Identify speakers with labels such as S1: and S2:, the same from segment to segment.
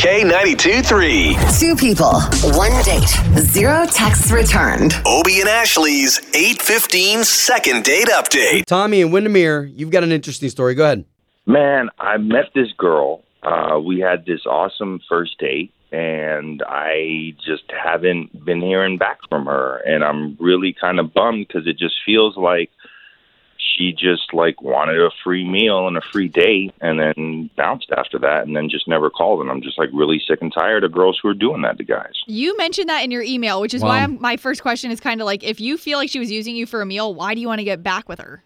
S1: K92 3.
S2: Two people, one date, zero texts returned.
S1: Obie and Ashley's 815 second date update.
S3: Tommy and Windermere, you've got an interesting story. Go ahead.
S4: Man, I met this girl. Uh, we had this awesome first date, and I just haven't been hearing back from her. And I'm really kind of bummed because it just feels like she just like wanted a free meal and a free date, and then bounced after that, and then just never called. And I'm just like really sick and tired of girls who are doing that to guys.
S5: You mentioned that in your email, which is why
S3: Wow.
S5: I'm, my first question is kind of like if you feel like she was using you for a meal, why do you want to get back with her?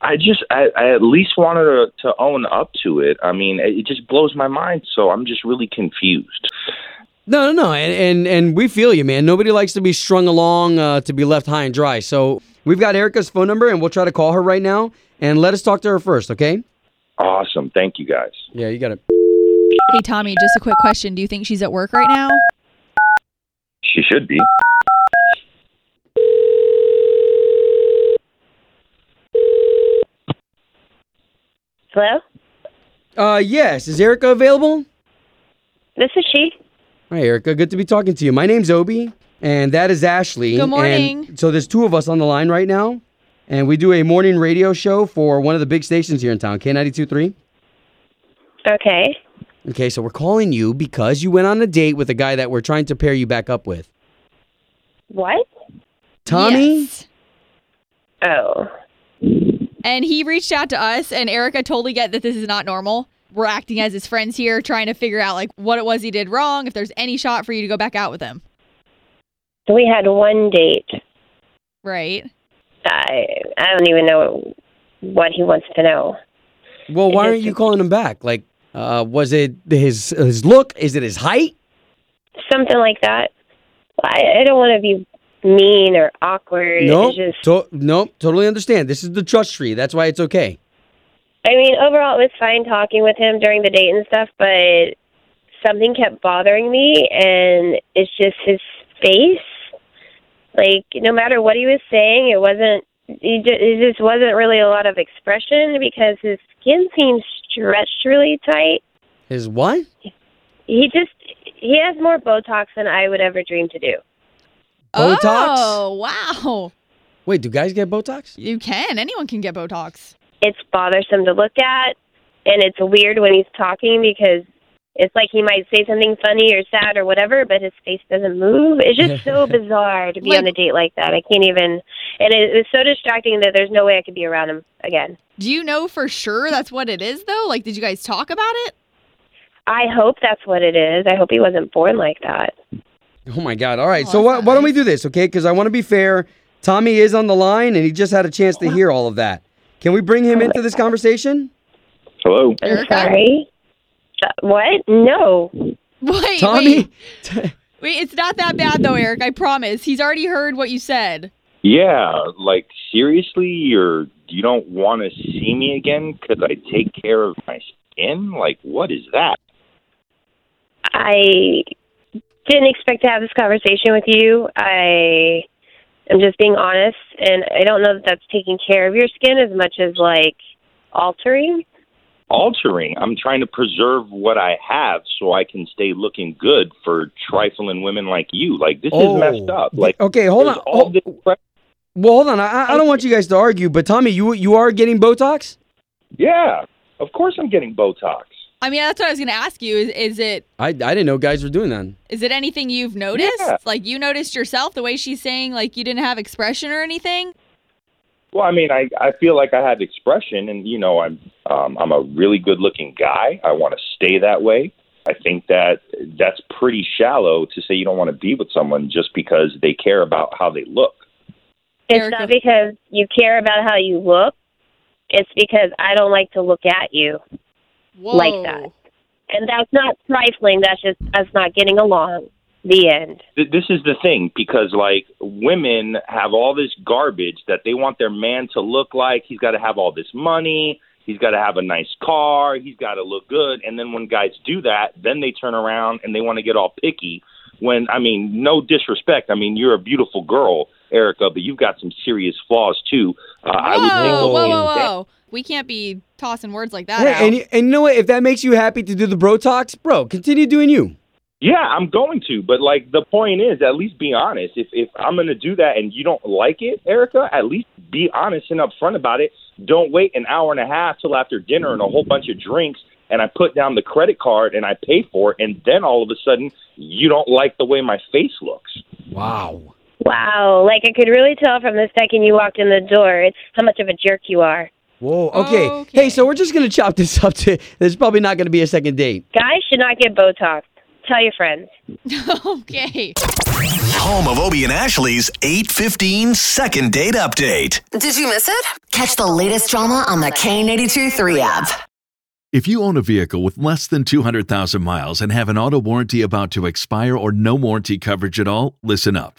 S4: I just, I, I at least wanted to, to own up to it. I mean, it it just blows my mind. So I'm just really confused.
S3: No, no, no, and and, and we feel you, man. Nobody likes to be strung along, uh, to be left high and dry. So we've got Erica's phone number, and we'll try to call her right now, and let us talk to her first, okay?
S4: Awesome. Thank you guys.
S3: Yeah, you got it.
S5: Hey, Tommy, just a quick question. Do you think she's at work right now?
S4: She should be.
S6: Hello?
S3: Uh, yes, is Erica available?
S6: This is she.
S3: Hi, Erica. Good to be talking to you. My name's Obi, and that is Ashley.
S5: Good
S3: and
S5: morning.
S3: so there's two of us on the line right now, and we do a morning radio show for one of the big stations here in town, K92.3.
S6: Okay.
S3: Okay, so we're calling you because you went on a date with a guy that we're trying to pair you back up with.
S6: What?
S3: Tommy?
S5: Yes.
S6: Oh.
S5: And he reached out to us, and Erica totally get that this is not normal. We're acting as his friends here, trying to figure out like what it was he did wrong, if there's any shot for you to go back out with him.
S6: We had one date.
S5: Right.
S6: I I don't even know what he wants to know.
S3: Well, why
S6: It
S3: aren't
S6: is-
S3: you calling him back? Like, uh, was it his his look? Is it his height?
S6: Something like that. I, I don't want to be mean or awkward.
S3: No,
S6: It's just
S3: to- no, totally understand. This is the trust tree. That's why it's okay.
S6: I mean, overall it was fine talking with him during the date and stuff, but something kept bothering me and it's just his face. Like no matter what he was saying, it wasn't he ju- it just wasn't really a lot of expression because his skin seems stretched really tight.
S3: His what?
S6: He just he has more Botox than I would ever dream to do.
S3: Botox?
S5: Oh wow.
S3: Wait, do guys get Botox?
S5: You can. Anyone can get Botox.
S6: It's bothersome to look at, and it's weird when he's talking because it's like he might say something funny or sad or whatever, but his face doesn't move. It's just so bizarre to be on a
S5: Like-
S6: date like that. I can't even, and it, it's so distracting that there's no way I could be around him again.
S5: Do you know for sure that's what it is though? Like, did you guys talk about it?
S6: I hope that's what it is. I hope he wasn't born like that.
S3: Oh my God! All right,
S5: Oh,
S3: so
S5: that's
S3: why,
S5: not
S3: why don't we
S5: nice.
S3: do this, okay? Because I want to be fair. Tommy is on the line, and he just had a chance to hear all of that. Can we bring him into this conversation?
S4: Hello.
S6: I'm
S5: Erica?
S6: sorry. Uh, What? No.
S5: Wait,
S3: Tommy,
S5: wait, wait. It's not that bad though, Eric. I promise. He's already heard what you said.
S4: Yeah, like seriously, you're you don't want to see me again because I take care of my skin. Like, what is that?
S6: I didn't expect to have this conversation with you. I am just being honest, and I don't know that that's taking care of your skin as much as like altering.
S4: Altering. I'm trying to preserve what I have so I can stay looking good for trifling women like you. Like, this
S3: Oh.
S4: is messed up. Like,
S3: okay, hold
S4: there's
S3: on. Oh.
S4: all
S3: Hold-
S4: this pressure.
S3: well, hold on. I, I- I don't want you guys to argue, but Tommy, you you are getting Botox.
S4: yeah, of course I'm getting Botox.
S5: I mean, that's what I was gonna ask you. Is is it
S3: I I didn't know guys were doing that.
S5: is it anything you've noticed?
S4: Yeah.
S5: Like you noticed yourself the way she's saying like you didn't have expression or anything?
S4: Well, I mean, I I feel like I have expression, and you know, I'm um, I'm a really good-looking guy. I want to stay that way. I think that that's pretty shallow to say you don't want to be with someone just because they care about how they look.
S6: It's
S5: Erica.
S6: not because you care about how you look. It's because I don't like to look at you.
S5: Whoa.
S6: Like that. And that's not trifling. That's just us not getting along. The end.
S4: Th- this is the thing because like women have all this garbage that they want their man to look like he's got to have all this money he's got to have a nice car he's got to look good and then when guys do that then they turn around and they want to get all picky when i mean no disrespect i mean you're a beautiful girl erica but you've got some serious flaws too uh, i would think
S5: Whoa, whoa, whoa,
S4: that-
S5: whoa. We can't be tossing words like that
S3: Hey,
S5: out.
S3: and, you- and you know what? If that makes you happy to do the bro talks, bro, continue doing you.
S4: Yeah, I'm going to, but like the point is, at least be honest. If if I'm going to do that and you don't like it, Erica, at least be honest and upfront about it. Don't wait an hour and a half till after dinner and a whole bunch of drinks, and I put down the credit card and I pay for it, and then all of a sudden you don't like the way my face looks.
S3: Wow.
S6: Wow. Like I could really tell from the second you walked in the door how much of a jerk you are.
S3: Whoa. Okay. Hey, so we're just gonna chop this up to. There's probably not gonna be a second date.
S6: Guys should not get Botox. Tell your friends.
S5: okay.
S1: Home of Obie and Ashley's 815 second date update.
S2: Did you miss it? Catch the latest drama on the K82 3 app.
S7: If you own a vehicle with less than 200,000 miles and have an auto warranty about to expire or no warranty coverage at all, listen up.